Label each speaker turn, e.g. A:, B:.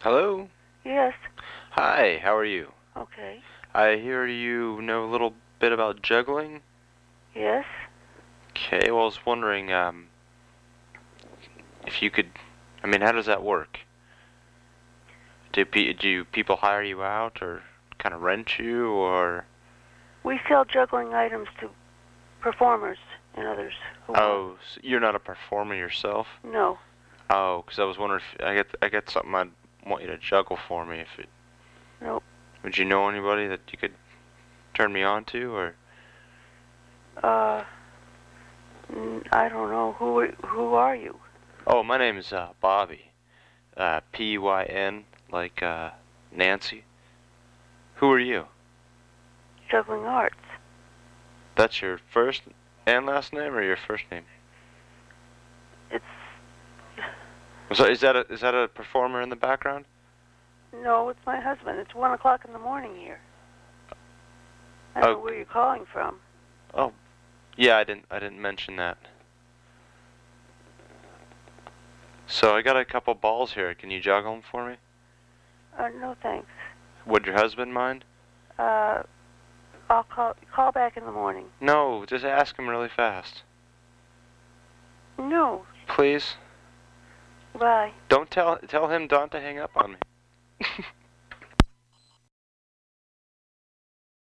A: Hello.
B: Yes.
A: Hi. How are you?
B: Okay.
A: I hear you know a little bit about juggling.
B: Yes.
A: Okay. Well, I was wondering um, if you could. I mean, how does that work? Do pe- do people hire you out or kind of rent you or?
B: We sell juggling items to performers and others. Who
A: Oh, so you're not a performer yourself.
B: No.
A: Oh, 'cause I was wondering if I got I got something I'd want you to juggle for me if it.
B: Nope.
A: Would you know anybody that you could turn me on to or?
B: Uh. n- I don't know who who are you?
A: Oh, my name is uh, Bobby. Uh, P Y N, like uh, Nancy. Who are you?
B: Juggling arts.
A: That's your first and last name, or your first name?
B: It's
A: So is that a, is that a performer in the background?
B: no, it's my husband. It's one o'clock in the morning here. I don't know
A: Oh.
B: where you're calling from.
A: Oh, yeah, I didn't I didn't mention that. So I got a couple balls here. Can you juggle them for me?
B: Uh, no thanks.
A: Would your husband mind?
B: Uh, I'll call call back in the morning.
A: No, just ask him really fast,
B: No.
A: please.
B: Bye.
A: Don't tell tell him Don to hang up on me.